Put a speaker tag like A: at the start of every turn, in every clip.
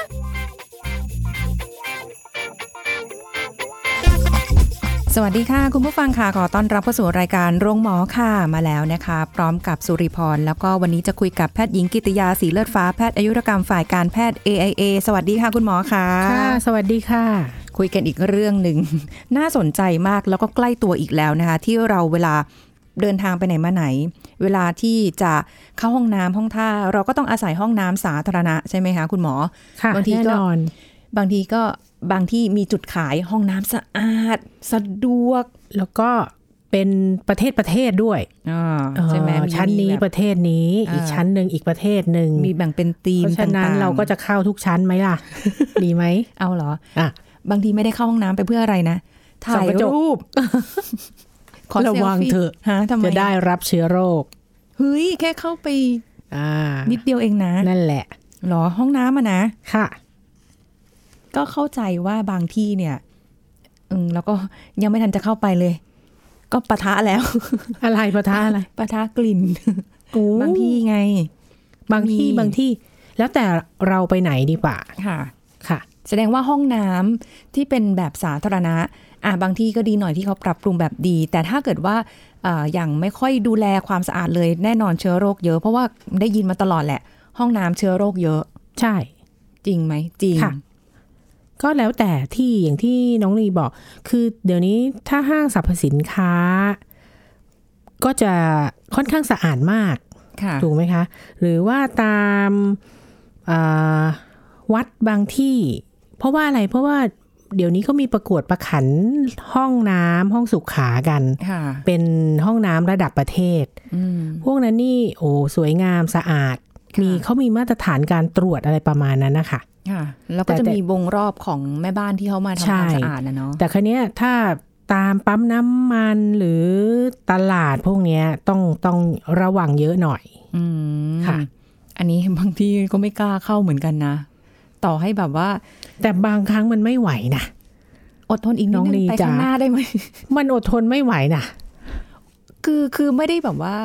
A: ล
B: สวัสดีค่ะ คุณผู้ฟังค่ะขอต้อนรับเข้าสู่รายการโรงหมอค่ะมาแล้วนะคะ พร้อมกับสุริพรแล้วก็วันนี้จะคุยกับแพทย์หญิงกิติยาสีเลือดฟ้าแพทย์อายุรกรรมฝ่ายการแพทย์ AIA สวัสดีค่ะคุณหมอค่ะ
C: ค่ะ สวัสดีค่ะ
B: คุยกันอีกเรื่องหนึ่ง น่าสนใจมากแล้วก็ใกล้ตัวอีกแล้วนะคะ ที่เราเวลาเดินทางไปไหนมาไหน เวลาที่จะเข้าห้องน้ำห้องท่า เราก็ต้องอาศัยห้องน้ำสาธารณะใช่ไหมคะคุณหมอ
C: ค่ะ
B: บางทีก็
C: แน่นอน
B: บางทีก็บางที่มีจุดขายห้องน้ำสะอาด สะดวก
C: แล้วก็เป็นประเทศประเทศด้วย
B: อ่าใช่ไหม
C: เออ
B: มั
C: ชั้น
B: มี
C: นี้
B: แบบ
C: ประเทศนี้
B: อ่า
C: อีกชั้นหนึ่งอีกประเทศหนึ่ง
B: มีแบ่งเป็นธีม
C: เพราะฉะนั้น
B: ต่งๆ
C: เราก็จะเข้าทุกชั้นไหม ล่ะ ดีไหม
B: เอาเหรอ
C: อ่ะ
B: บางทีไม่ได้เข้าห้องน้ำไปเพื่ออะไรนะถ่า
C: ส่อง
B: ย
C: กระจก
B: รูป ขอ
C: ระวัง
B: ซลฟี่
C: เถอะ
B: ฮะทำไม
C: จะได้รับเชื้อโรค
B: เฮ้ยแค่เข้าไป
C: อ่า
B: นิดเดียวเองนะ
C: นั่นแหละ
B: เหรอห้องน้ำอะนะ
C: ค่ะ
B: ก็เข้าใจว่าบางที่เนี่ยอืมแล้วก็ยังไม่ทันจะเข้าไปเลย ก็ปะทะแล้ว
C: อะไรประทะอะไร
B: ปะทะกลิ่น บางที่ไง
C: บางที่
B: มี
C: บางที่ แล้วแต่เราไปไหนดีกว่า
B: ค่ะ
C: ค่ะ
B: แสดงว่าห้องน้ำที่เป็นแบบสาธารณะอ่ะบางที่ก็ดีหน่อยที่เขาปรับปรุงแบบดี แต่ถ้าเกิดว่าเอ่ออย่างไม่ค่อยดูแลความสะอาดเลยแน่นอนเชื้อโรคเยอะ เพราะว่าได้ยินมาตลอดแหละ ห้องน้ำเชื้อโรคเยอะ
C: ใช่
B: จริงไหมจริง
C: ค่ะ ก็แล้วแต่ที่อย่างที่น้องลีบอก คือเดี๋ยวนี้ถ้าห้างสรรพสินค้า ก็จะค่อนข้างสะอาดมาก
B: ค่ะ
C: ถูกไหมคะ หรือว่าตามอ่าวัดบางที่ เพราะว่าอะไรเพราะว่าเดี๋ยวนี้เขามีประกวดประขันห้องน้ำห้องสุขากัน
B: ค่ะ
C: เป็นห้องน้ำระดับประเทศ
B: อืม
C: พวกนั้นนี่โอ้สวยงามสะอาด
B: ค่ะ
C: มีเขามีมาตรฐานการตรวจอะไรประมาณนั้นนะคะ
B: ค่ะ แล้วก็จะ
C: แต่แต่
B: มีวงรอบของแม่บ้านที่เขามาทำค
C: ใช่
B: วามสะอาดนะเนาะ
C: แต่ครั้นี้ยถ้าตามปั๊มน้ำมันหรือตลาดพวกเนี้ยต้องต้องระวังเยอะหน่อย
B: อืม
C: ค่ะ
B: อันนี้บางที่ก็ไม่กล้าเข้าเหมือนกันนะ ต่อให้แบบว่า
C: แต่บางครั้งมันไม่ไหวนะ
B: อดทนอีกนิ
C: น้
B: ด
C: อง
B: นึ
C: ลี
B: งไปข้าง
C: จ๋า
B: หน้าได้ไหม
C: มันอดทนไม่ไหวนะ
B: คือคือไม่ได้แบบว่า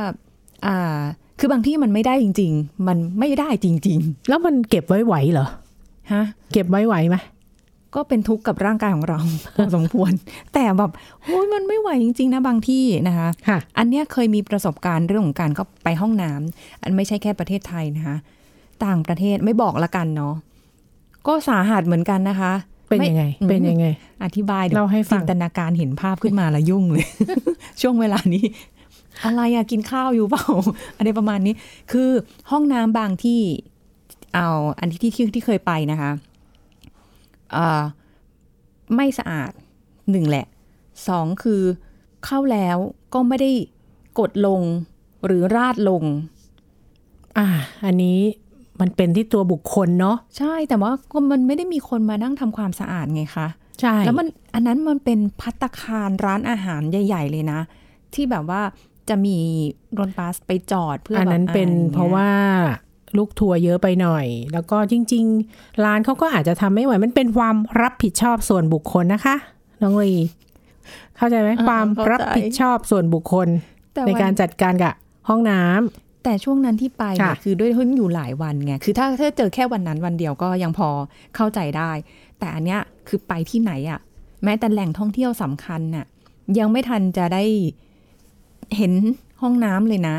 B: อ่า คือบางที่มันไม่ได้จริง ๆ มันไม่ได้จริง
C: แล้วมันเก็บไว้ไหวเหรอ
B: ๆ ฮะ
C: เก็บไว้ไหวไหม
B: ก็เป็นทุกข์กับร่างกายของเรา พอสมควร แต่แบบโอ้ยมันไม่ไหวจริง ๆ นะบางที่นะคะ
C: ค่ะ
B: อันเนี้ยเคยมีประสบการณ์เรื่องของการก็ไปห้องน้ำอันไม่ใช่แค่ประเทศไทยนะคะ ต่างประเทศไม่บอกละกันเนาะก็สาหัสเหมือนกันนะคะ
C: เป็นยังไง
B: ไม่
C: เป็นยังไง
B: อธิบายดี๋ยว
C: เล่าให้ฟัง
B: จินตนาการเห็นภาพขึ้นมาละยุ่งเลย ช่วงเวลานี้ อะไรอะกินข้าวอยู่เปล่า อะไรประมาณนี้ คือห้องน้ำบางที่ เอาอันที่ที่ที่เคยไปนะคะเอ่อไม่สะอาดหนึ่งแหละสองคือเข้าแล้วก็ไม่ได้กดลงหรือราดลง
C: อ่า อันนี้มันเป็นที่ตัวบุคคลเนาะ
B: ใช่แต่ว่าก็มันไม่ได้มีคนมานั่งทำความสะอาดไงคะ
C: ใช่
B: แล้
C: แล้ว ว
B: มั
C: มัน
B: นอันนั้นมันเป็นพัตตาคารร้านอาหารใหญ่ ๆ เลยนะ ที่แบบว่าจะมีรถบัสไปจอดเพื่อ
C: อั
B: อั
C: นนั้นเป็นเพราะว่าลูกทัวร์เยอะไปหน่อย แล้วก็จริง ๆ ร้านเขาก็อาจจะทำไม่ไหว มันเป็นความรับผิดชอบส่วนบุคคลนะคะ น้องลี เข้าใจไหม
B: อ่า
C: ความ
B: เข้าใจ
C: รับผิดชอบส่วนบุคคล
B: แต่
C: ใน
B: วัน
C: การจัดการกับห้องน้ำ
B: แต่ช่วงนั้นที่ไปเนี่ย
C: ค่ะ
B: คือด้วยที่อยู่หลายวันไงคือถ้าถ้าเจอแค่วันนั้นวันเดียวก็ยังพอเข้าใจได้ แต่อันเนี้ยคือไปที่ไหนอะแม้แต่แหล่งท่องเที่ยวสำคัญน่ะยังไม่ทันจะได้เห็นห้องน้ำเลยนะ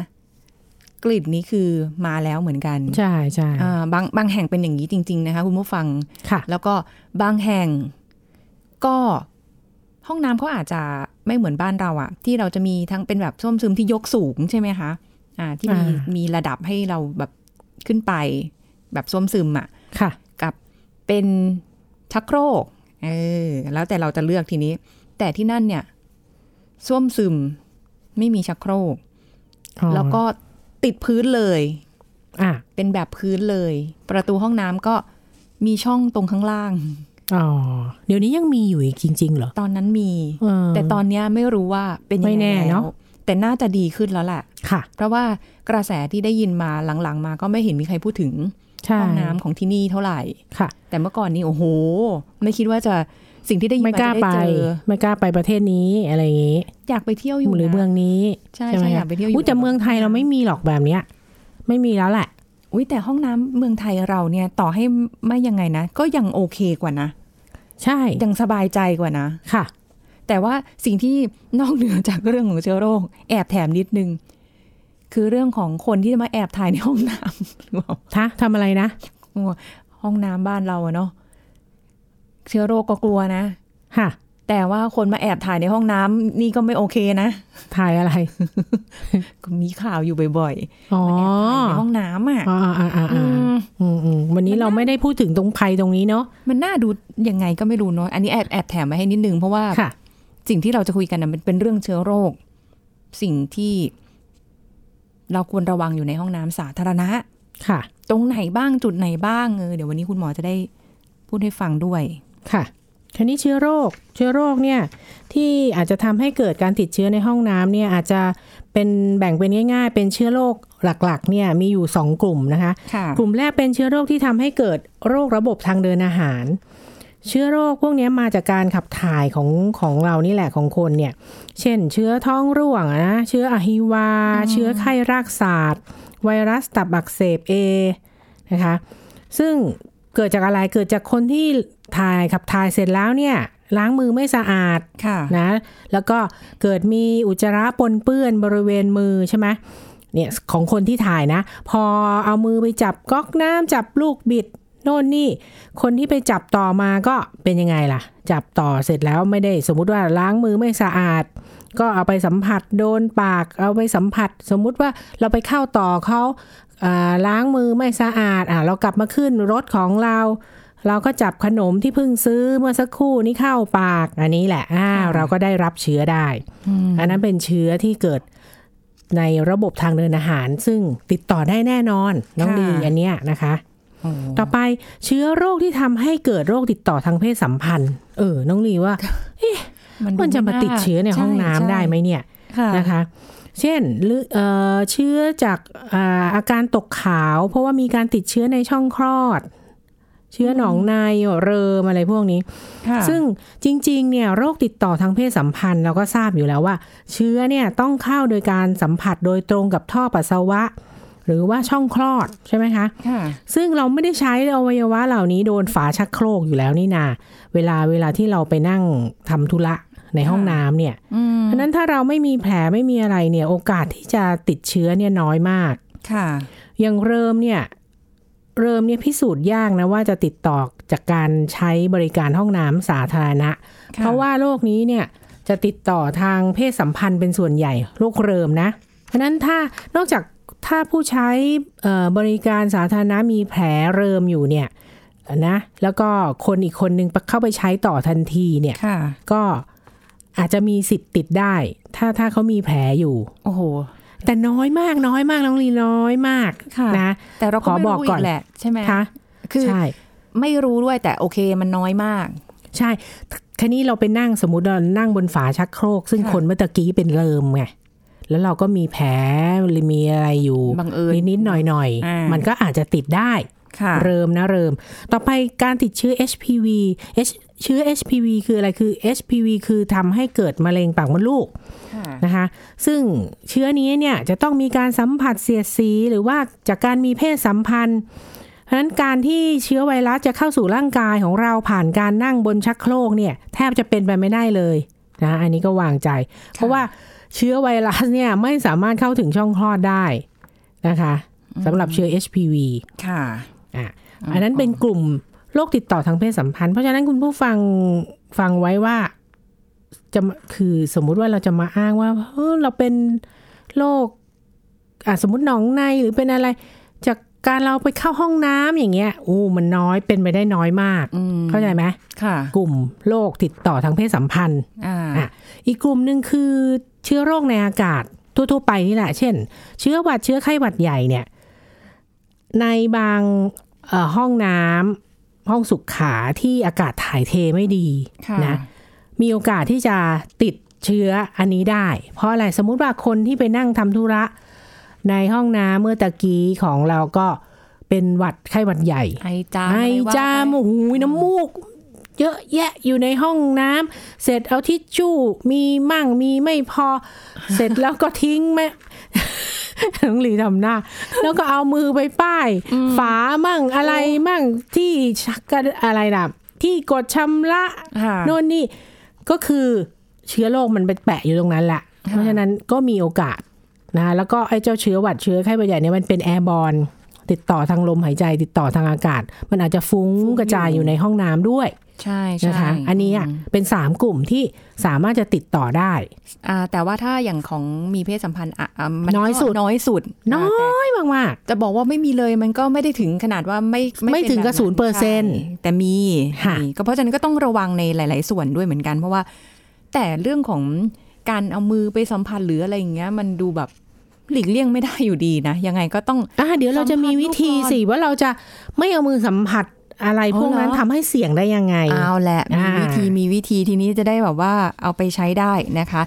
B: กลิ่นนี้คือมาแล้วเหมือนกัน
C: ใช่ใช่
B: อ่าบางบางแห่งเป็นอย่างนี้จริง ๆ นะคะคุณผู้ฟัง
C: ค่ะ
B: แล้วก็บางแห่งก็ห้องน้ำเขาอาจจะไม่เหมือนบ้านเราอะที่เราจะมีทั้งเป็นแบบส้วมซึมที่ยกสูงใช่ไหมคะอ่าที่มี
C: อ่ามี
B: มีระดับให้เราแบบขึ้นไป แบบส้วมซึมอะ
C: ค่ะ
B: กับเป็นชักโครกเออแล้วแต่เราจะเลือกทีนี้ แต่ที่นั่นเนี่ยส้วมซึมไม่มีชักโครก
C: อ๋อ
B: แล้วก็ติดพื้นเลย
C: อ่ะ
B: เป็นแบบพื้นเลย ประตูห้องน้ำก็มีช่องตรงข้างล่าง
C: อ๋อเดี๋ยวนี้ยังมีอยู่อีกจริง ๆ เหรอ
B: ตอนนั้นมี
C: เอ
B: แต่ตอนเนี้ยไม่รู้ว่าเป็นยัง
C: ไม่
B: ไง
C: แน่
B: แล้ว
C: เนอะ
B: แต่น่าจะดีขึ้นแล้วแหละ
C: ค่ะ
B: เพราะว่ากระแสที่ได้ยินมาหลังๆ มาก็ไม่เห็นมีใครพูดถึง
C: ใช่
B: ห้องน้ำของที่นี่เท่าไหร่
C: ค่ะ
B: แต่เมื่อก่อนนี้โอ้โห ไม่คิดว่าจะสิ่งที่ได้ยิน
C: ไม่
B: มาก
C: ล้า
B: จะได้
C: ไป
B: เจอ
C: ไม่กล้าไปประเทศนี้อะไรอย่างนี้
B: อยากไปเที่ยวอยู่
C: หรือ
B: นะ
C: เมืองนี้
B: ใช่ใช่อยากไปเที่ยวอยู่
C: อุ้แต่เมืองไทยเราไม่มีหรอกแบบเนี้ย ไม่มีแล้วแหละ
B: อุ้ยแต่ห้องน้ำเมืองไทยเราเนี่ยต่อให้ไม่ยังไงนะ ก็ยังโอเคกว่านะ
C: ใช่
B: ยังสบายใจกว่านะ
C: ค่ะ
B: แต่ว่าสิ่งที่นอกเหนือจากเรื่องของเชื้อโรค แอบแถมนิดนึง คือเรื่องของคนที่มาแอบถ่ายในห้องน้ำหรือเปล่า
C: ทะทำอะไรนะ
B: ห้องน้ำบ้านเราอะเนาะเชื้อโรคก็กลัวนะ
C: ค่ะ
B: แต่ว่าคนมาแอบถ่ายในห้องน้ำนี่ก็ไม่โอเคนะ
C: ถ่ายอะไร
B: ก็มีข่าวอยู่บ่อย
C: อ๋อ
B: ๆแอบถ่ายในห้องน้ำอ่ะ
C: อ๋ออ่าอ่า
B: อื
C: อ่าม อืมอืมวันนี้
B: มันน่า
C: เราไม่ได้พูดถึงตรงภัยตรงนี้เนาะ
B: มันน่าดูยังไงก็ไม่รู้เนาะอันนี้แอบแอบแถมมาให้นิดนึงเพราะว่า
C: ค่ะ
B: สิ่งที่เราจะคุยกันนะมันเป็นเรื่องเชื้อโรค สิ่งที่เราควรระวังอยู่ในห้องน้ำสาธารณะ
C: ค่ะ
B: ตรงไหนบ้างจุดไหนบ้างเออเดี๋ยววันนี้คุณหมอจะได้พูดให้ฟังด้วย
C: ค่ะทีนี้เชื้อโรค เชื้อโรคเนี่ยที่อาจจะทำให้เกิดการติดเชื้อในห้องน้ำเนี่ยอาจจะเป็นแบ่งเป็นง่าย ๆ เป็นเชื้อโรคหลักๆเนี่ยมีอยู่ 2 กลุ่มนะคะ
B: ค่ะ
C: กลุ่มแรกเป็นเชื้อโรคที่ทำให้เกิดโรคระบบทางเดินอาหาร เชื้อโรคพวกเนี้ยมาจากการขับถ่ายของของเรานี่แหละของคนเนี่ย เช่น เชื้อท้องร่วงอะนะ เชื้ออะฮิวา เชื้อไข้รากศาสตร์ ไวรัสตับอักเสบเอนะคะ ซึ่งเกิดจากอะไร เกิดจากคนที่ถ่ายขับถ่ายเสร็จแล้วเนี่ยล้างมือไม่สะอาด
B: ค่ะ
C: นะแล้วก็เกิดมีอุจจาระปนเปื้อนบริเวณมือใช่ไหมเนี่ยของคนที่ถ่ายนะ พอเอามือไปจับก๊อกน้ำจับลูกบิดโน่นนี่ คนที่ไปจับต่อมาก็เป็นยังไงล่ะ จับต่อเสร็จแล้วไม่ได้สมมุติว่าล้างมือไม่สะอาด ก็เอาไปสัมผัสโดนปาก เอาไปสัมผัส สมมุติว่าเราไปเข้าต่อเขาอ่าล้างมือไม่สะอาดอ่ะเรากลับมาขึ้นรถของเรา เราก็จับขนมที่เพิ่งซื้อเมื่อสักครู่นี้เข้าปากอันนี้แหละอ้าวเราก็ได้รับเชื้อได้ อันนั้นเป็นเชื้อที่เกิดในระบบทางเดินอาหาร ซึ่งติดต่อได้แน่นอนน้อง
B: ค่ะ
C: ดีอันเนี้ยนะคะ
B: โอ้
C: ต่อไปเชื้อโรคที่ทำให้เกิดโรคติดต่อทางเพศสัมพันธ์ เออ น้องลีว่า มันจะมาติดเชื้อในห้องน้ำได้ไหมเนี่ย
B: ค่ะ
C: นะคะ เช่นหรือเอ่อเชื้อจากอ่าอาการตกขาว เพราะว่ามีการติดเชื้อในช่องคลอด เชื้อหนองในเริมอะไรพวกนี้
B: ค่ะ
C: ซึ่งจริงๆเนี่ยโรคติดต่อทางเพศสัมพันธ์เราก็ทราบอยู่แล้วว่า เชื้อเนี่ยต้องเข้าโดยการสัมผัสโดยตรงกับท่อปัสสาวะ หรือว่าช่องคลอดใช่ไหมคะ
B: ค่ะ
C: ซึ่งเราไม่ได้ใช้อวัยวะเหล่านี้โดนฝาชักโครกอยู่แล้วนี่นา เวลาเวลาที่เราไปนั่งทำธุระในห้องน้ำเนี่ย
B: อืม
C: เพราะฉะนั้นถ้าเราไม่มีแผลไม่มีอะไรเนี่ยโอกาสที่จะติดเชื้อเนี่ยน้อยมาก
B: ค่ะ
C: อย่างเริ่มเนี่ยเริ่มเนี่ยพิสูจน์ยากนะว่าจะติดต่อจากการใช้บริการห้องน้ำสาธารณะ เพราะว่าโรคนี้เนี่ยจะติดต่อทางเพศสัมพันธ์เป็นส่วนใหญ่โรคเริมนะ เพราะฉะนั้นถ้านอกจากถ้าผู้ใช้เอ่อบริการสาธารณะมีแผลเริมอยู่เนี่ยนะแล้วก็คนอีกคนนึงเข้าไปใช้ต่อทันทีเนี่ย
B: ค่ะ
C: ก็อาจจะมีสิทธิ์ติดได้ ถ้าถ้าเขามีแผลอยู่
B: โอ้โห
C: แต่น้อยมากน้อยมากน้องลีน้อยมาก
B: ค่ะ
C: นะ
B: แต่เรา
C: ข
B: ก็
C: อ
B: ไม่
C: บอก
B: รู้
C: ก่
B: อี
C: อน
B: กแหละใช่ไหม
C: คะ
B: คือ
C: ใช่
B: ไม่รู้ด้วยแต่โอเคมันน้อยมาก
C: ใช่คันนี้เราไปนั่งสมมติเรานั่งบนฝาชักโครก ซึ่ง
B: ค่ะ
C: คนเมื่อตะกี้เป็นเริมไงแล้วเราก็มีแผลหรือมีอะไรอยู่
B: บังเอิญ
C: นิดนิดๆหน่อยหน่อยๆ
B: อ่ามั
C: มันก็อาจจะติดได้
B: ค่ะ
C: เริ่มนะเริ่ม ต่อไปการติดเชื้อ HPV H เชื้อ HPV คืออะไรคือ HPV คือทำให้เกิดมะเร็งปากมดลูก
B: ค่ะ
C: นะคะซึ่งเชื้อนี้เนี่ยจะต้องมีการสัมผัสเสียดสีหรือว่าจากการมีเพศสัมพันธ์ เพราะฉะนั้นการที่เชื้อไวรัสจะเข้าสู่ร่างกายของเราผ่านการนั่งบนชักโครกเนี่ยแทบจะเป็นไปไม่ได้เลยนะอันนี้ก็วางใจ เพราะว่าเชื้อไวรัสเนี่ยไม่สามารถเข้าถึงช่องคลอดได้นะคะสำหรับเชื้อ HPV
B: ค่ะ
C: อ่ะอันนั้นเป็นกลุ่มโรคติดต่อทางเพศสัมพันธ์ เพราะฉะนั้นคุณผู้ฟังฟังไว้ว่าจะมาคือสมมุติว่าเราจะมาอ้างว่าเฮ้ยเราเป็นโรคอ่ะสมมติหนองในหรือเป็นอะไร จากการเราไปเข้าห้องน้ำอย่างเงี้ยโอ้มันน้อยเป็นไปได้น้อยมาก
B: อืม
C: เข้าใจไหม
B: ค่ะ
C: กลุ่มโรคติดต่อทางเพศสัมพันธ์
B: อ่า
C: อ่ะ อีกกลุ่มหนึ่งคือเชื้อโรคในอากาศทั่วๆไปนี่แหละ เช่น เชื้อหวัดเชื้อไข้หวัดใหญ่เนี่ย ในบางเอ่อห้องน้ำ ห้องสุขขาที่อากาศถ่ายเทไม่ดี
B: ค่ะ
C: นะ มีโอกาสที่จะติดเชื้ออันนี้ได้ เพราะอะไรสมมุติว่าคนที่ไปนั่งทำธุระในห้องน้ำเมื่อตะกี้ของเราก็เป็นหวัดไข้หวัดใหญ่
B: ไอจาม
C: ไอ
B: อะไรว่
C: จาม
B: ไป
C: โอ้โหน้ำมูก เยอะแยะอยู่ในห้องน้ำเสร็จเอาทิชชู่มีมั่งมีไม่พอ เสร็จแล้วก็ทิ้งแม่ น้องหลีทำหน้า แล้วก็เอามือไปป้าย ฝามั่งอะไรมั่งที่ชักกระอะไรนะที่กดชำระ
B: ค่ะ
C: โน่นนี่ก็คือเชื้อโรคมันไปแปะอยู่ตรงนั้นแหละ เพราะฉะนั้นก็มีโอกาสนะแล้วก็ไอ้เจ้าเชื้อหวัดเชื้อไข้หวัดใหญ่เนี่ยมันเป็นแอร์บอลติดต่อทางลมหายใจ ติดต่อทางอากาศ มันอาจจะฟุ้ง
B: ฟุ้ง
C: กระจายอยู่ในห้องน้ำด้วย
B: ใช่ใช่
C: นะคะ อันนี้อ่ะ
B: ม
C: เป็นสามกลุ่มที่สามารถจะติดต่อได้
B: อ่า แต่ว่าถ้าอย่างของมีเพศสัมพันธ์อ่ะอ่ะมั
C: น้อยสุด
B: ก็น้อยสุด
C: น้อ
B: อ่าแต่
C: ยมาก
B: จะบอกว่าไม่มีเลยมันก็ไม่ได้ถึงขนาดว่าไม่
C: ไม่
B: เป็
C: ถึงกับ
B: แบบ
C: 0%
B: ใช่แต่มี
C: ค่ะ
B: มีก็เพราะฉะนั้นก็ต้องระวังในหลาย ๆ ส่วนด้วยเหมือนกัน เพราะว่า แต่เรื่องของการเอามือไปสัมผัสหรืออะไรอย่างเงี้ย มันดูแบบหลีกเลี่ยงไม่ได้อยู่ดีนะ ยังไงก็ต้อง
C: ๆอ่ะเดี๋ยวเราจะมีวิธีสิว่าเราจะไม่เอามือสัมผัสอะไร
B: อ๋อ
C: พวกนั้น
B: เหรอ
C: ทำให้เสี่ยงได้ยังไง
B: เอาแหละมี
C: อ่า
B: วิธีมีวิธีทีนี้จะได้แบบว่าเอาไปใช้ได้นะคะ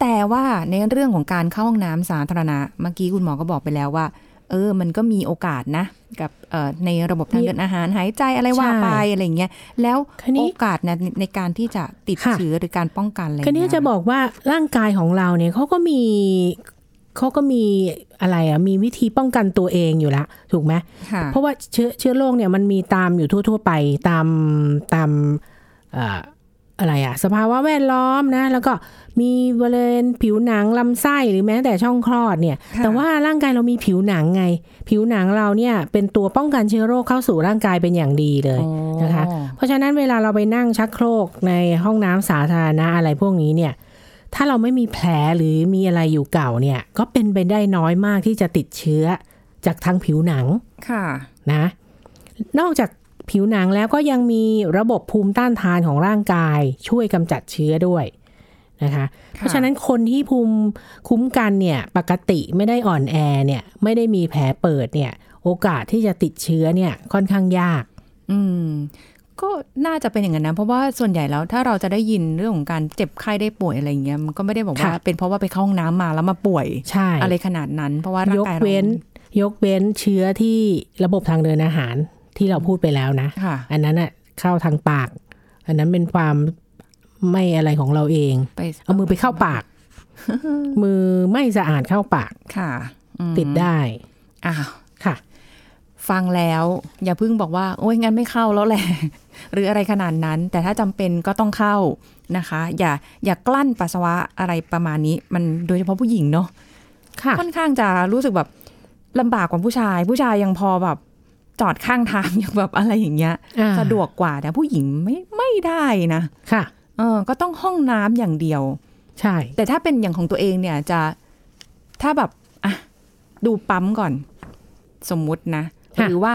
B: แต่ว่าในเรื่องของการเข้าห้องน้ำสาธารณะเมื่อกี้คุณหมอก็บอกไปแล้วว่า เออมันก็มีโอกาสนะ กับเอ่อในระบบทางเดินอาหารหายใจอะไรว่าไปอะไรอย่างเงี้ยแล้ว
C: คันนี้
B: โอกาสนะในในการที่จะติด
C: ค่ะ
B: เชื้อหรือการป้องกันอะไร
C: ก็เนี่ย
B: เงี้ย
C: จะบอกว่าร่างกายของเราเนี่ยเขาก็มีเขาก็มีอะไรอะมีวิธีป้องกันตัวเองอยู่ละถูกไหม
B: ค่ะ
C: เพราะว่าเชื้อเชื้อโรคเนี่ยมันมีตามอยู่ทั่ว ๆ ไปตามตามเอ่ออะไรอะสภาวะแวดล้อมนะ แล้วก็มีบริเวณผิวหนังลำไส้หรือแม้แต่ช่องคลอดเนี่ย แต่ว่าร่างกายเรามีผิวหนังไง ผิวหนังเราเนี่ยเป็นตัวป้องกันเชื้อโรคเข้าสู่ร่างกายเป็นอย่างดีเลย
B: อ๋อ
C: นะคะ เพราะฉะนั้นเวลาเราไปนั่งชักโครกในห้องน้ำสาธารณะอะไรพวกนี้เนี่ย ถ้าเราไม่มีแผลหรือมีอะไรอยู่เก่าเนี่ย ก็เป็นไปได้น้อยมากที่จะติดเชื้อจากทางผิวหนัง
B: ค่ะ
C: นะ นอกจากผิวหนังแล้วก็ยังมีระบบภูมิต้านทานของร่างกาย ช่วยกำจัดเชื้อด้วยนะคะ เพราะฉะนั้นคนที่ภูมิคุ้มกันเนี่ยปกติไม่ได้อ่อนแอเนี่ยไม่ได้มีแผลเปิดเนี่ย โอกาสที่จะติดเชื้อเนี่ยค่อนข้างยาก
B: อืมก็น่าจะเป็นอย่างนั้นนะเพราะว่าส่วนใหญ่แล้วถ้าเราจะได้ยินเรื่องของการเจ็บไข้ได้ป่วยอะไรอย่างเงี้ยมันก็ไม่ได้บอกว่า
C: ค่ะ
B: เป็นเพราะว่าไปเข้าห้องน้ำมาแล้วมาป่วย
C: ใช่
B: อะไรขนาดนั้น เพราะว่าย ร่าง
C: ก
B: กายรา
C: เว้นยกเว้นเชื้อที่ระบบทางเดินอาหารที่เราพูดไปแล้วนะ
B: ค่ะ
C: อันนั้นอะเข้าทางปาก อันนั้นเป็นความไม่อะไรของเราเอง
B: ไป
C: เอามือไปเข้าปาก มือไม่สะอาดเข้าปาก
B: ค่ะอืม
C: ติดได้
B: อ้าว
C: ค่ะ
B: ฟังแล้ว อย่าเพิ่งบอกว่า โอ้ยงั้นไม่เข้าแล้วแหละ หรืออะไรขนาดนั้น แต่ถ้าจำเป็นก็ต้องเข้านะคะ อย่าอย่ากลั้นปัสสาวะอะไรประมาณนี้ มันโดยเฉพาะผู้หญิงเนาะ
C: ค่ะ
B: ค่อนข้างจะรู้สึกแบบลำบากกว่าผู้ชาย ผู้ชายยังพอแบบจอดข้างทาง ยังแบบอะไรอย่างเงี้ย
C: อ่า
B: สะดวกกว่าแต่ผู้หญิงไม่ไม่ได้นะ
C: ค่ะ
B: เออก็ต้องห้องน้ำอย่างเดียว
C: ใช่
B: แต่ถ้าเป็นอย่างของตัวเองเนี่ยจะถ้าแบบอ่ะดูปั๊มก่อน สมมุตินะ
C: ะ
B: หรือว่า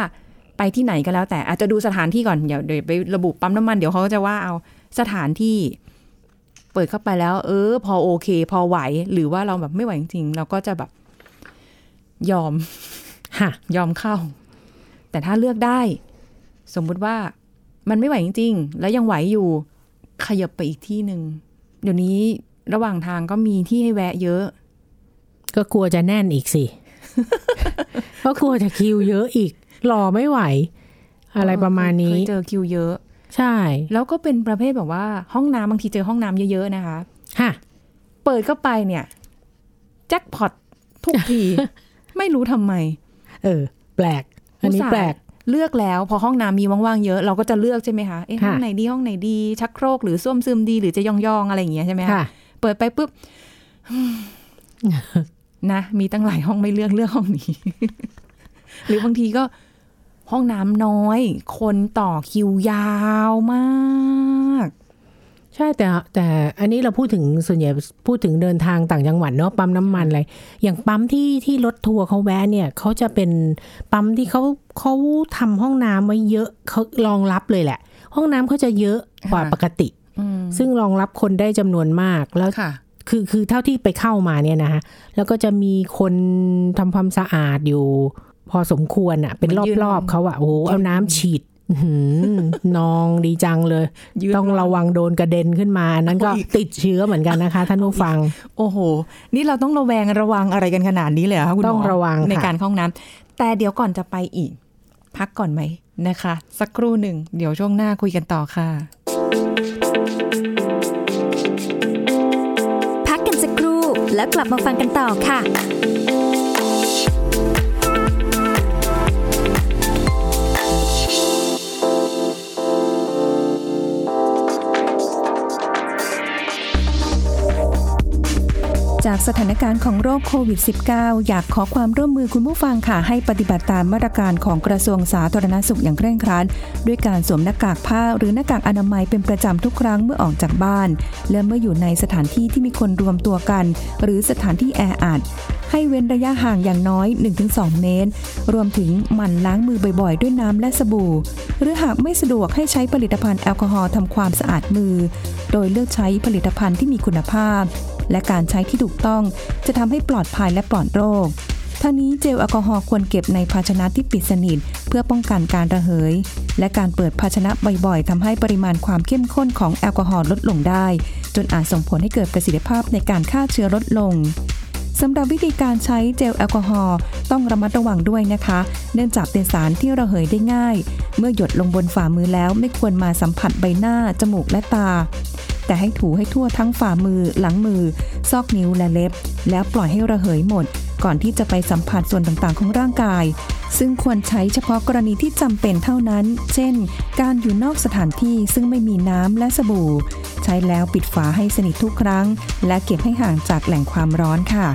B: ไปที่ไหนก็แล้วแต่อาจจะดูสถานที่ก่อนอย่าเดี๋ยวไประบุปั๊มน้ำมันเดี๋ยวเขาจะว่าเอาสถานที่ เปิดเข้าไปแล้ว เออ พอโอเค พอไหว หรือว่าเราแบบไม่ไหวจริงๆเราก็จะแบบ ยอม
C: ค่ะ
B: ยอมเข้า แต่ถ้าเลือกได้ สมมุติว่ามันไม่ไหวจริง ๆ แล้วยังไหวอยู่ ขยับไปอีกที่หนึ่ง เดี๋ยวนี้ระหว่างทางก็มีที่ให้แวะเยอะ
C: ก็กลัวจะแน่นอีกสิ ก็กลัวจะคิวเยอะอีกรอไม่ไหว อะไรประมาณ
B: เค
C: นี้
B: ยเจอคิวเยอะ
C: ใช่
B: แล้วก็เป็นประเภทแบบว่า ห้องน้ำบางทีเจอห้องน้ำเยอะๆนะคะ
C: ค่ะ
B: เปิดเข้าไปเนี่ยแจ็คพอตทุกที ไม่รู้ทำไม
C: เออ แปลก อันนี้
B: อุตส่าห์
C: แปลก
B: เลือกแล้วพอห้องน้ำมีว่างๆเยอะ เราก็จะเลือกใช่ไหมคะเอ๊ะ
C: ค่ะ
B: ห้องไหนดีห้องไหนดี ชักโครกหรือส้วมซึมดีหรือจะยองๆอะไรอย่างเงี้ยใช่ไหมคะ
C: ค่ะ
B: เปิดไปปุ๊บ นะ มีตั้งหลายห้องไม่เลือกเลือกห้องนี้ หรือบางทีก็ห้องน้ำน้อย คนต่อคิวยาวมาก
C: ใช่แต่แต่อันนี้เราพูดถึงส่วนใหญ่พูดถึงเดินทางต่างจังหวัดเนาะปั๊มน้ำมันอะไรอย่างปั๊มที่ที่รถทัวร์เขาแวะเนี่ยเขาจะเป็นปั๊มที่เขาเขาทำห้องน้ำไว้เยอะเขารองรับเลยแหละ ห้องน้ำเขาจะเยอะกว่า
B: ค่ะ
C: ปกติ
B: อืม
C: ซึ่งรองรับคนได้จำนวนมากแล้ว
B: ค่ะ
C: คือคือเท่าที่ไปเข้ามาเนี่ยนะคะแล้วก็จะมีคนทำความสะอาดอยู่ พอสมควรอ่ะ เป็น
B: มันยืน
C: รอบๆเขาอ่ะโอ้โหเอาน้ำฉีด อื้อหือนองดีจังเลย
B: ยืน
C: ต้องระวังโดนกระเด็นขึ้นมาอันนั้นก็
B: เอาอีก
C: ติดเชื้อเหมือนกันนะคะท่านผู้ฟัง
B: โอ้โห นี่เราต้องระแวงระวังอะไรกันขนาดนี้เลยเหรอคะคุณหมอ
C: ต้องระวังค่ะ
B: ในการเข้าห้องน้ำแต่เดี๋ยวก่อนจะไปอีก พักก่อนไหมนะคะ สักครู่หนึ่ง เดี๋ยวช่วงหน้าคุยกันต่อค่ะ
A: พักกันสักครู่แล้วกลับมาฟังกันต่อค่ะ
D: จากสถานการณ์ของโรคโควิด -19 อยากขอความร่วมมือคุณผู้ฟังค่ะ ให้ปฏิบัติตามมาตรการของกระทรวงสาธารณสุขอย่างเคร่งครัด ด้วยการสวมหน้ากากผ้าหรือหน้ากากอนามัยเป็นประจำทุกครั้งเมื่อออกจากบ้าน และเมื่ออยู่ในสถานที่ที่มีคนรวมตัวกัน หรือสถานที่แออัด ให้เว้นระยะห่างอย่างน้อย 1-2 เมตร รวมถึงหมั่นล้างมือบ่อยๆ ด้วยน้ำและสบู่ หรือหากไม่สะดวกให้ใช้ผลิตภัณฑ์แอลกอฮอล์ทำความสะอาดมือ โดยเลือกใช้ผลิตภัณฑ์ที่มีคุณภาพ และการใช้ที่ถูกต้องจะทำให้ปลอดภัยและปลอดโรค ทั้งนี้เจลแอลกอฮอล์ควรเก็บในภาชนะที่ปิดสนิท เพื่อป้องกันการระเหย และการเปิดภาชนะบ่อยๆทำให้ปริมาณความเข้มข้นของแอลกอฮอล์ลดลงได้ จนอาจส่งผลให้เกิดประสิทธิภาพในการฆ่าเชื้อลดลง สำหรับวิธีการใช้เจลแอลกอฮอล์ต้องระมัดระวังด้วยนะคะ เนื่องจากเป็นสารที่ระเหยได้ง่าย เมื่อหยดลงบนฝ่ามือแล้วไม่ควรมาสัมผัสใบหน้า จมูกและตา แต่ให้ถูให้ทั่วทั้งฝ่ามือ หลังมือ ซอกนิ้วและเล็บ แล้วปล่อยให้ระเหยหมด ก่อนที่จะไปสัมผัสส่วนต่างๆ ของร่างกาย ซึ่งควรใช้เฉพาะกรณีที่จำเป็นเท่านั้น เช่น การอยู่นอกสถานที่ซึ่งไม่มีน้ำและสบู่ ใช้แล้วปิดฝาให้สนิททุกครั้ง และเก็บให้ห่างจากแหล่งความร้อนค่ะ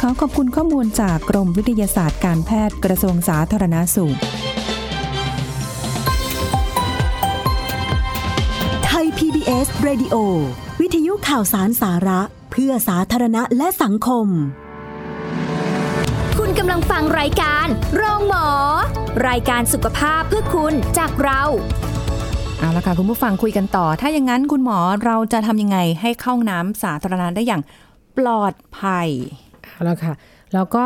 D: ขอขอบคุณข้อมูลจากกรมวิทยาศาสตร์การแพทย์กระทรวงสาธารณาสุข
E: ไทย PBS Radio วิทยุข่าวสารสาระ เพื่อสาธารณะและสังคม
A: คุณกำลังฟังรายการโรงหมอ รายการสุขภาพเพื่อคุณจากเรา
B: เอาละค่ะ คุณผู้ฟังคุยกันต่อ ถ้าอย่างนั้นคุณหมอเราจะทำยังไงให้เข้าห้องน้ำสาธารณะได้อย่างปลอดภัย
C: เอาละค่ะแล้วก็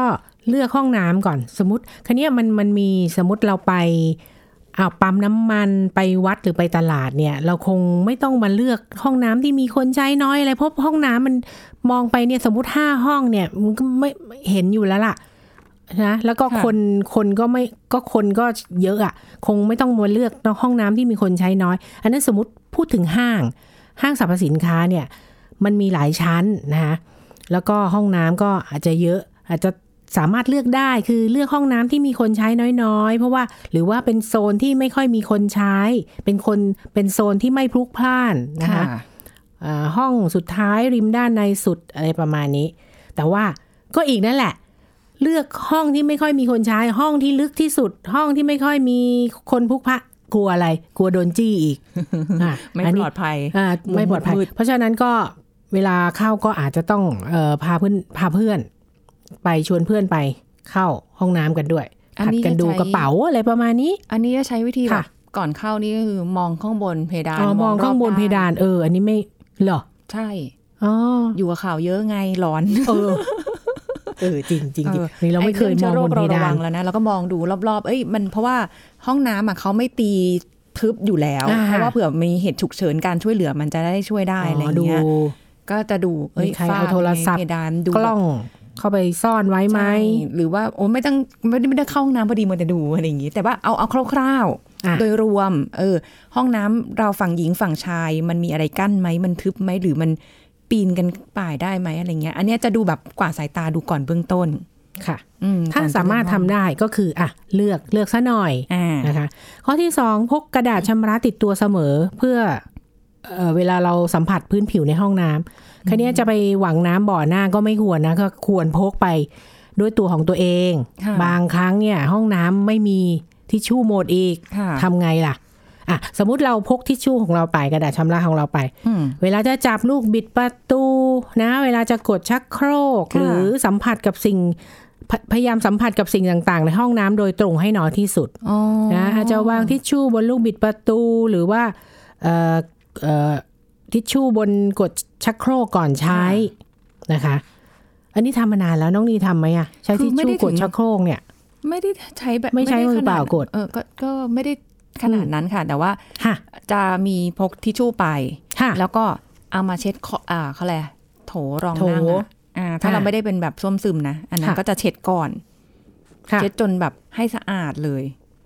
C: เลือกห้องน้ำก่อนสมมติคันนี้ยมันมันมีสมมติเราไปอาปั๊มน้ำมันไปวัดหรือไปตลาดเนี่ยเราคงไม่ต้องมาเลือกห้องน้ำที่มีคนใช้น้อยอะไรเพราะห้องน้ำมันมองไปเนี่ยสมมติห้าห้องเนี่ยมันก็ไม่ไม่เห็นอยู่แล้วล่ะนะแล้วก็
B: ค่ะ
C: คนคนก็ไม่ก็คนก็เยอะอะ่ะ คงไม่ต้องมาเลือกเนอะห้องน้ำที่มีคนใช้น้อย อันนั้นสมมติพูดถึงห้าง ห้างสรรพสินค้าเนี่ย มันมีหลายชั้นนะคะ แล้วก็ห้องน้ำก็อาจจะเยอะ อาจจะสามารถเลือกได้คือเลือกห้องน้ำที่มีคนใช้น้อยๆ เพราะว่าหรือว่าเป็นโซนที่ไม่ค่อยมีคนใช้ เป็นคนเป็นโซนที่ไม่พลุกพล่านนะคะ อ่าห้องสุดท้ายริมด้านในสุดอะไรประมาณนี้ แต่ว่าก็อีกนั่นแหละ เลือกห้องที่ไม่ค่อยมีคนใช้ ห้องที่ลึกที่สุด ห้องที่ไม่ค่อยมีคนพลุกพล่านกลัวอะไร กลัวโดนจี้ อีกอ่ะ
B: ไม่
C: น
B: ป
C: นี้
B: ลอดภัย
C: อ่าไม่ปลอดภัย
B: มืดๆ
C: เพราะฉะนั้นก็เวลาเข้าก็อาจจะต้องเอ่อพาเพื่อนพาเพื่อน ไปชวนเพื่อนไปเข้าห้องน้ำกันด้วยผัดกันดูกระเป๋าอะไรประมาณนี้
B: อันนี้จะใช้วิธี
C: ค่ะ
B: แบบก่อนเข้านี่ก็คือมองข้างบนเพดาน
C: อ๋อมองข้างบน
B: รอ
C: เพดานเออ อันนี้ไม่เหรอ
B: ใช่
C: อ๋อ
B: อยู่กับข่าวเยอะไงร้อน
C: เออเออจริงจริงจริง
B: ออ
C: นี่เราไม่เคยมองบนเพ
B: ไเรื่เชื้อโรคเราระ
C: ดา
B: วัน งแล้วนะเราก็มองดูรอบๆ เอ้ยมันเพราะว่าห้องน้ำอะเขาไม่ตีทึบอยู่แล้ว
C: อ่า
B: เพราะว่าเผื่อมีเหตุฉุกเฉินการช่วยเหลือมันจะได้ช่วยได้อะไรอย่าง
C: ดู
B: เงี้ยก็จะดูเอ้ย
C: มีใคร
B: ฝ้
C: เอาโทรศัพท์
B: ในเพดานดู
C: กล้องเข้าไปซ่อนไว้ไหม
B: ใช่หรือว่าโอ้ไม่ต้องไม่ได้ไม่ได้เข้าห้องน้ำพอดีมันจะดูอะไรอย่างงี้ แต่ว่าเอาเอาคร่าว
C: อ่ะ
B: ๆ โดยรวม เออ ห้องน้ำเราฝั่งหญิงฝั่งชาย มันมีอะไรกั้นไหมมันทึบไหมหรือมันปีนกันป่ายได้ไหมอะไรเงี้ย อันเนี้ยจะดูแบบกว่าดสายตาดูก่อนเบื้องต้น
C: ค่ะ
B: อืม
C: ถ้า
B: ก่อนจะ
C: สามารถทำได้ก็คืออ่ะเลือกเลือกซะหน่อย
B: อ่า
C: นะคะข้อที่ 2 พกกระดาษชำระติดตัวเสมอเพื่อเอ่อเวลาเราสัมผัสพื้นผิวในห้องน้ำคันนี้ยจะไปหวังน้ำบ่อหน้าก็ไม่ควรนะก็ควรพกไปด้วยตัวของตัวเอง
B: ค่ะ
C: บางครั้งเนี่ยห้องน้ำไม่มีทิชชู่หมดอีก
B: ค่ะ
C: ทำไงล่ะอ่ะสมมติเราพกทิชชู่ของเราไปกระดาษชำระของเราไป
B: อืม
C: เวลาจะจับลูกบิดประตูนะ เวลาจะกดชักโครก
B: ค่ะ
C: หรือสัมผัสกับสิ่งพพยายามสัมผัสกับสิ่งต่างๆ ในห้องน้ำโดยตรงให้น้อยที่สุด
B: อ๋อ
C: นะอาจจะวางทิชชู่บนลูกบิดประตูหรือว่าเอ่อเอ่อทิชชู่บนกดชักโครกก่อนใช้นะคะ อันนี้ทำมานานแล้วน้องนีทำไหมอะใช้ทิชชู่กดชักโครกเนี่ย
B: ไม่ได้ใช้แบบ
C: ไม่ใช้
B: ด้
C: มือเปล่า
B: ขนด
C: กด
B: เออก็ก็ไม่ได้ ขนาดนั้นค่ะ แต่ว่า
C: ค่ะ
B: จะมีพกทิชชู่ไป
C: ค่ะ
B: แล้วก็เอามาเช็ดข้ออ่าเขาเรียกอะไรโถรองนั่ง
C: โถ
B: อะอ่า ถ้า
C: อ่า
B: เราไม่ได้เป็นแบบส้วมซึมนะ อันนั้น
C: ค่ะ
B: ก็จะเช็ดก่อน
C: ค่ะ
B: เช็ดจนแบบให้สะอาดเลย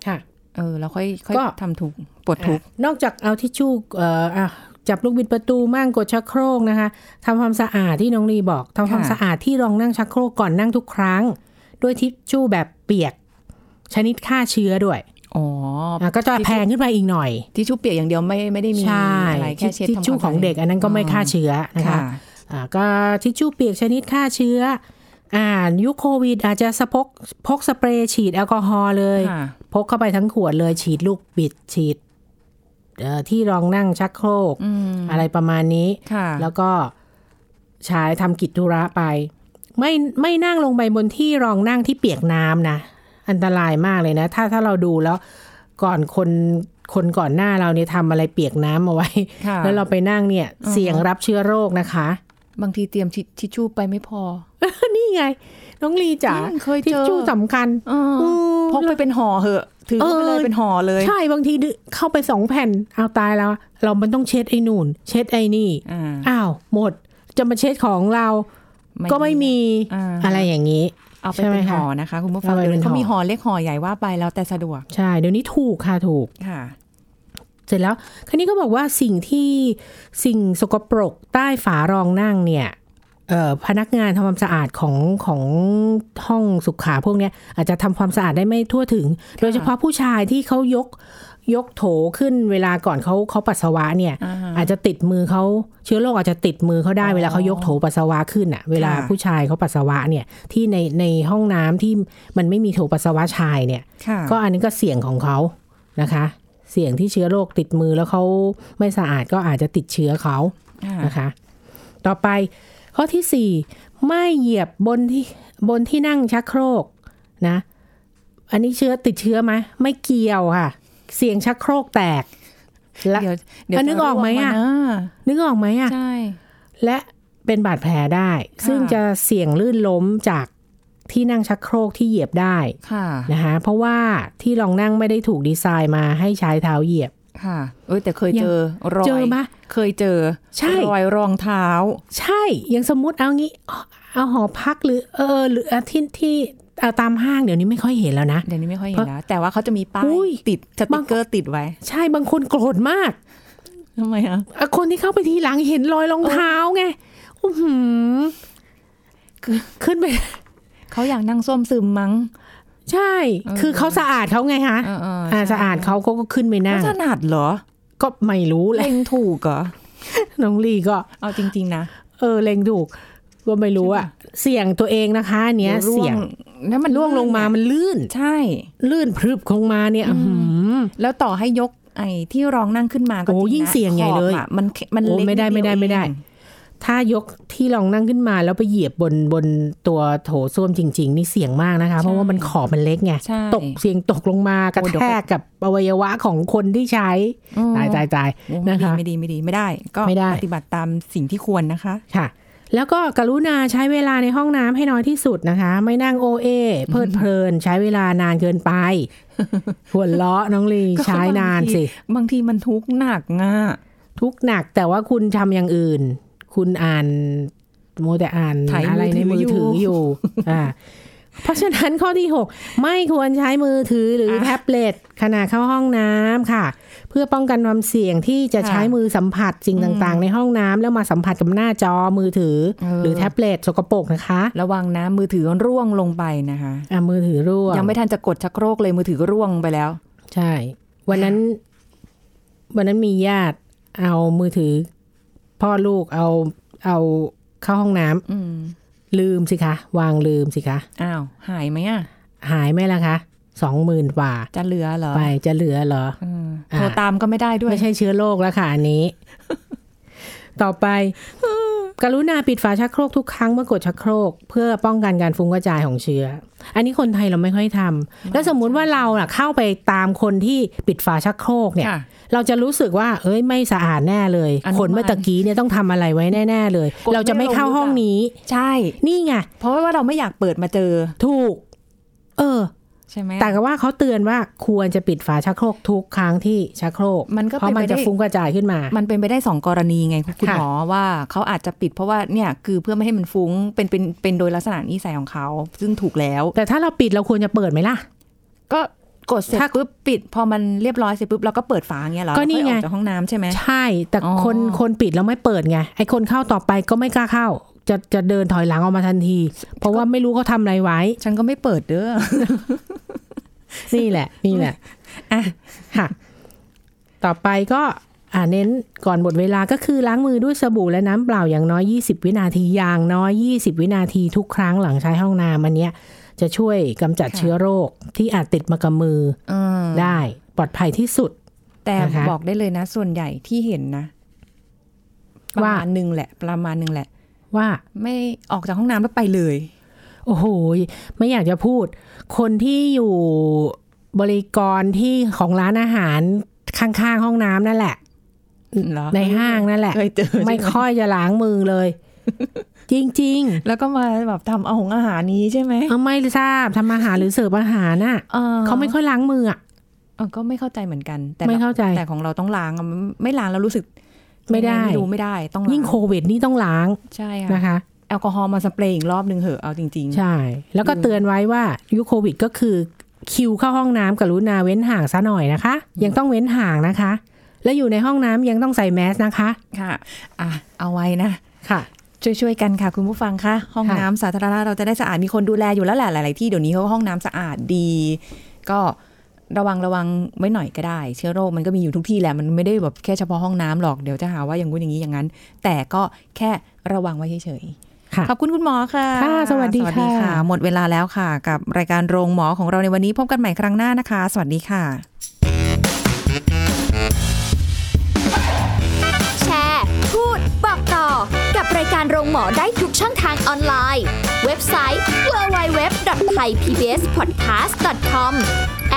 C: ค่ะ
B: เออ แล้วค่อยค่อย
C: ก็
B: ทำถูกปลดทุกข์
C: นอกจากเอาทิชชู่เอ่ออ่ะจับลูกบิดประตูมั่งกดชักโครกนะคะทำความสะอาดที่น้องลีบอกทำความ
B: ค่ะ
C: สะอาดที่รองนั่งชักโครกก่อนนั่งทุกครั้ง ด้วยทิชชู่แบบเปียก ชนิดฆ่าเชื้อด้วย
B: อ๋ออ
C: อ่ะก็จะแพงขึ้นไปอีกหน่อย
B: ทิชชู่เปียกอย่างเดียวไม่ไม่ได้มี
C: ใช่
B: อะไรแค่เช็ด
C: ทิ
B: ทำค
C: ช
B: วาม
C: ชู่ของเด็กอันนั้นก็ไม่ฆ่าเชื้อ
B: สะอาด
C: นะคะ
B: ค่ะ
C: อ่าก็ทิชชู่เปียกชนิดฆ่าเชื้อ อ่ายุคโควิดอาจจะสะพกพกสเปรย์ฉีดแอลกอฮอล์เลย
B: ค่ะ
C: พกเข้าไปทั้งขวดเลย ฉีดลูกบิดฉีดเอ่อที่รองนั่งชักโครก
B: อืม
C: อะไรประมาณนี้
B: ค่ะ
C: แล้วก็ใช้ทำกิจธุระไป ไม่ไม่นั่งลงไปบนที่รองนั่งที่เปียกน้ำนะ อันตรายมากเลยนะ ถ้าถ้าเราดูแล้วก่อนคนคนก่อนหน้าเราเนี่ยทำอะไรเปียกน้ำเอาไว้
B: ค่ะ
C: แล้วเราไปนั่งเนี่ย เสี่ยงรับเชื้อโรคนะคะ
B: บางทีเตรียมทิทิชชู่ไปไม่พอ
C: นี่ไง น้องลีจ๋า
B: เนี่ยเคยเจอ
C: ทิชชู่สำคัญ
B: อพกไปเป็นห่อเหอะ ถือเข้าไปเล
C: เอย อ
B: เป็นห่อเลย
C: ใช่บางทีดึเข้าไปสองแผ่นเอาตายแล้ว เรามันต้องเช็ดไอ้นูน่น เช็ดไอ้นี่
B: อ่า
C: อ้าว หมดจะมาเช็ดของเรา ก็ไม่มี
B: อ่า
C: อะไรอย่างนี้
B: เอาไป
C: ใช่ไหม
B: เป็น
C: คะ
B: ห่อนะคะ คุณผู้ฟัง
C: เอาไป
B: เดี๋ยว
C: เป็น
B: นี้เขา
C: ห่อ
B: มีห่อเล็กห่อใหญ่ว่าไปแล้วแต่สะดวก
C: ใช่ เดี๋ยวนี้ถูกค่ะถูก
B: ค่ะ
C: เสร็จแล้วคันนี้ก็บอกว่าสิ่งที่สิ่งสกปรกใต้ฝารองนั่งเนี่ยเอ่อพนักงานทำความสะอาดของของห้องสุขาพวกเนี้ยอาจจะทำความสะอาดได้ไม่ทั่วถึง โดยเฉพาะผู้ชายที่เขายกยกโถขึ้นเวลาก่อนเขาเขาปัสสาวะเนี่ย
B: อ่าฮะ
C: อาจจะติดมือเขาเชื้อโรคอาจจะติดมือเขาได้
B: อ๋อ
C: เวลาเขายกโถปัสสาวะขึ้นอ่ะ เวลา
B: ค่ะ
C: ผู้ชายเขาปัสสาวะเนี่ยที่ในในห้องน้ำที่มันไม่มีโถปัสสาวะชายเนี่ย
B: ค่ะ
C: ก็อันนี้ก็เสี่ยงของเขานะคะ เสี่ยงที่เชื้อโรคติดมือแล้วเขาไม่สะอาดก็อาจจะติดเชื้อเขา
B: ค่ะ
C: นะคะ ต่อไปข้อที่สี่ไม่เหยียบบนที่บนที่นั่งชักโครกนะ อันนี้เชื้อติดเชื้อไหมไม่เกี่ยวค่ะ เสี่ยงชักโครกแตกและ
B: เดี๋ยวเดี๋ยว
C: อ่ะนึกออกไหมอ่ะ
B: จร่วงมา
C: นึกออกไหม
B: น
C: อะ
B: ใช่
C: และเป็นบาดแผลได้
B: ค่ะ
C: ซึ่งจะเสี่ยงลื่นล้มจากที่นั่งชักโครกที่เหยียบได้
B: ค่ะ
C: นะคะเพราะว่าที่รองนั่งไม่ได้ถูกดีไซน์มาให้ใช้เท้าเหยียบ
B: ค่ะเอยแต่เคย
C: ยัง
B: เจอรอย
C: เจอปะ
B: เคยเจอ
C: ใช่
B: รอยรองเท้า
C: ใช่อย่างสมมติเอางี้เอาเอาหอพักหรือเออหรือเอาที่ที่เอาตามห้างเดี๋ยวนี้ไม่ค่อยเห็นแล้วนะ
B: เดี๋ยวนี้ไม่ค่อยเห็นแล้วแต่ว่าเขาจะมีป้าย
C: อุ้ย
B: ติดสติ
C: บาง
B: กเกอร์ติดไว้
C: ใช่บางคนโกรธมาก
B: ทำไมอ่ะ
C: อ่ะคนที่เข้าไปทีหลังเห็นรอยรองเท้าไงอื้อหือขึ้นไป
B: เขาอยากนั่งส้วมซึมมั้ง
C: ใช่
B: เออ
C: คือเขาสะอาดเขาไงคะ
B: เออเออ
C: อ่าสะอาดเขาก็ก็ขึ้นไป
B: เขา
C: นั่ง
B: ถนัดเหรอ
C: ก็ไม่รู้แหละ
B: เล็งถูกเหรอ
C: น้องลีก็
B: เอาจริง ๆ นะ
C: เออเล็งถูกก็ไม่รู้อะเสี่ยงตัวเองนะคะอันเนี้ย
B: ดี๋วร่ว
C: เสี่ยง
B: แล้วมัน
C: ล่วงลงมามันลื่น
B: ใช่
C: ลื่นพรึบลงมาเนี่ย
B: แล้วต่อให้ยกไอ้ที่รองนั่งขึ้นมาก็
C: โอ้
B: จรินะ
C: ยิ่งเสี่ยงใหญ่
B: ขอบ
C: เลย
B: อะมันมัน
C: โอ้
B: เล็ก
C: ไม่ได้
B: นิ
C: ไม่ได้
B: เยว
C: ไม่ได้
B: เอง
C: ถ้ายกที่รองนั่งขึ้นมา แล้วไปเหยียบบนบนตัวโถส้วมจริง ๆ นี่เสี่ยงมากนะคะ เพราะว่ามันขอบมันเล็กไง
B: ใช่
C: ตกเสี่ยงตกลงมากระแทกกับอวัยวะของคนที่ใช้
B: อืม
C: ตายตายตาย
B: โอ้
C: นะคะ
B: ไม่ดีไม่ดีไม่ได้ ก็
C: ไม่ได้
B: ปฏิบัติตามสิ่งที่ควรนะคะ
C: ค่ะ แล้วก็กรุณาใช้เวลาในห้องน้ำให้น้อยที่สุดนะคะ ไม่นั่งโอเอเพลิดเพลิน ใช้เวลานานเกิน ไปหัวเราะน้องลีใช้นานสิ
B: บางทีมันทุกข์หนักง่ะ
C: ทุกข์หนักแต่ว่าคุณทำอย่างอื่น คุณอ่านโมวแต่อ่านอะไรในมือถือ อยู่ อ่า เพราะฉะนั้นข้อที่ 6 ไม่ควรใช้มือถือหรืออะแท็บเล็ตขณะเข้าห้องน้ำค่ะ เพื่อป้องกันความเสี่ยงที่จะ
B: ค่ะ
C: ใช้มือสัมผัสสิ่งต่างๆ ในห้องน้ำแล้วมาสัมผัสกับหน้าจอมือถือ
B: เออ
C: หรือแท็บเล็ตสกปรกนะคะ
B: ระวังนะมือถือร่วงลงไปนะคะ
C: อ่ะมือถือรั่ว
B: ยังไม่ทันจะกดชักโครกเลยมือถือร่วงไปแล้ว
C: ใช่ วันนั้น วันนั้นมีญาติเอามือถือ พ่อลูกเอาเอาเข้าห้องน้ำ
B: อืม
C: ลืมสิคะ วางลืมสิคะ
B: อ้าวหายไหมอ่ะ
C: หายไหมล่ะคะสองหมื่นกว่า
B: จะเหลือเหรอ
C: ไปจะเหลือเหรอ
B: อืมโทรตามก็ไม่ได้ด้วย
C: ไม่ใช่เชื้อโรคแล้วค่ะอัน นี้ ต่อ ไป กรุณาปิดฝาชักโครกทุกครั้งเมื่อกดชักโครก เพื่อป้องกันการฟุ้งกระจายของเชื้อ อันนี้คนไทยเราไม่ค่อยทำแล้วสมมุติว่าเราน่ะเข้าไปตามคนที่ปิดฝาชักโครกเนี่ย
B: ค่ะ
C: เราจะรู้สึกว่า เอ้ยไม่สะอาดแน่เลย
B: อนุมาน
C: คนเมื่อตะกี้เนี่ยต้องทำอะไรไว้แน่ๆเลย
B: กดไม่
C: เราจะไม่เข้า
B: ลงหรือเปล่า
C: ห้องนี้
B: ใช่
C: นี่ไง
B: เพราะว่าเราไม่อยากเปิดมาเจอ
C: ถูก เออ
B: ใช่ไหม
C: แต่ก็ว่าเขาเตือนว่าควรจะปิดฝาชักโครกทุกครั้งที่ชักโครก
B: มันก็
C: เพราะมั
B: เป็น
C: น
B: ไปได้
C: จะฟุ้งกระจายขึ้นมา
B: มันเป็นไปได้สองกรณีไงคุณคุณ
C: ค่ะ
B: หมอว่าเขาอาจจะปิดเพราะว่าเนี่ยคือเพื่อไม่ให้มันฟุ้งเป็นเป็นเป็นโดยลักษณะนิสัยของเขาซึ่งถูกแล้ว
C: แต่ถ้าเราปิดเราควรจะเปิดไหมล่ะ
B: ก็กดเสร็จ
C: ถ้า
B: ปุ๊บปิด พอมันเรียบร้อยเสร็จปุ๊บเราก็เปิดฝาอย่างเงี้ยเหรอ
C: ก็นี่ไง
B: แล้วค่อยออจากห้องน้ำใช่ไหม
C: ใช่แต่
B: อ๋อ
C: คนคนปิดแล้วไม่เปิดไงไอ้คนเข้าต่อไปก็ไม่กล้าเข้า จะจะเดินถอยหลังออกมาทันที เพราะว่าไม่รู้เขาทำอะไรไว้
B: ฉันก็ไม่เปิดเด้อ
C: นี่แหละ นี่แหละอ่ะค่ะ ต่อไปก็อ่าเน้นก่อนหมดเวลาก็คือล้างมือด้วยสบู่และน้ำเปล่าอย่างน้อย 20 วินาทีอย่างน้อย 20 วินาทีทุกครั้งหลังใช้ห้องน้ำอันเนี้ย จะช่วยกำจัด
B: ค่ะ
C: เชื้อโรคที่อาจติดมากับมือ
B: เออ
C: ได้ปลอดภัยที่สุด
B: แต่
C: นะคะ
B: บอกได้เลยนะ ส่วนใหญ่ที่เห็นนะประ
C: ว่า
B: มาณหนึ่งแหละ ประมาณหนึ่งแหละ
C: ว่า
B: ไม่ออกจากห้องน้ำแล้วไปเลย
C: โอ้โหไม่อยากจะพูด คนที่อยู่บริกรที่ของร้านอาหารข้างๆห้องน้ำนั่นแหละ
B: เหรอ
C: ในห้างนั่นแหละ
B: เคยเจอ
C: ไม่
B: ใช่ห
C: ค่อยจะล้างมือเลย จริง
B: แล้วก็มาแบบทำเอาของอาหารนี้ใช่ไหม
C: ๆเอาไม่ทราบทำอาหารหรือเสิร์ฟอาหารน่ะ
B: ออ
C: เขาไม่ค่อยล้างมืออ่ะ
B: เออก็ไม่เข้าใจเหมือนกัน แต่
C: ไม่เข้าใจ
B: แต่ของเราต้องล้างอะมันไม่ล้างแล้วรู้สึก
C: ไม่ได้
B: ไม่รู้ไม่ได้ ต้องล้า
C: ยิ่งโควิดนี่ต้องล้าง
B: ใช่ค่ะ
C: นะคะ
B: แอลกอฮอล์มาสเปรย์อีกรอบหนึ่งเหอะเอาจริง
C: ใช่ แล้วก็เตือนไว้ว่ายุคโควิดก็คือคิวเข้าห้องน้ำกรุณาเว้นห่างซะหน่อยนะคะ ยังต้องเว้นห่างนะคะ และอยู่ในห้องน้ำยังต้องใส่แมสนะคะ
B: ๆ ค่ะ อ่ะ เอาไว้นะ
C: ค่ะ
B: ช่วยๆกันค่ะคุณผู้ฟังคะห้อง
C: ค่ะ
B: น้ำสาธารณะเราจะได้สะอาดมีคนดูแลอยู่แล้วแหละหลาย ๆ ที่เดี๋ยวนี้เขาก็ห้องน้ำสะอาดดี ก็ระวังระวังไว้หน่อยก็ได้ เชื้อโรคมันก็มีอยู่ทุกที่แหละมันไม่ได้แบบแค่เฉพาะห้องน้ำหรอกเดี๋ยวจะหาว่าอย่างงู้นอย่างนี้อย่างนั้น แต่ก็แค่ระวังไว้เฉย
C: ค่ะ
B: ๆขอบคุณคุณหมอค่ะ
C: ค่ะสวัสดี
B: สวัสดี
C: ค่ะ
B: ค่ะ หมดเวลาแล้วค่ะ กับรายการโรงหมอของเราในวันนี้พบกันใหม่ครั้งหน้านะคะ สวัสดีค่ะ
A: แชร์ พูด บอกต่อ กับรายการโรงหมอได้ทุกช่องทางออนไลน์ เว็บไซต์ www.thaipbspodcast.com แอ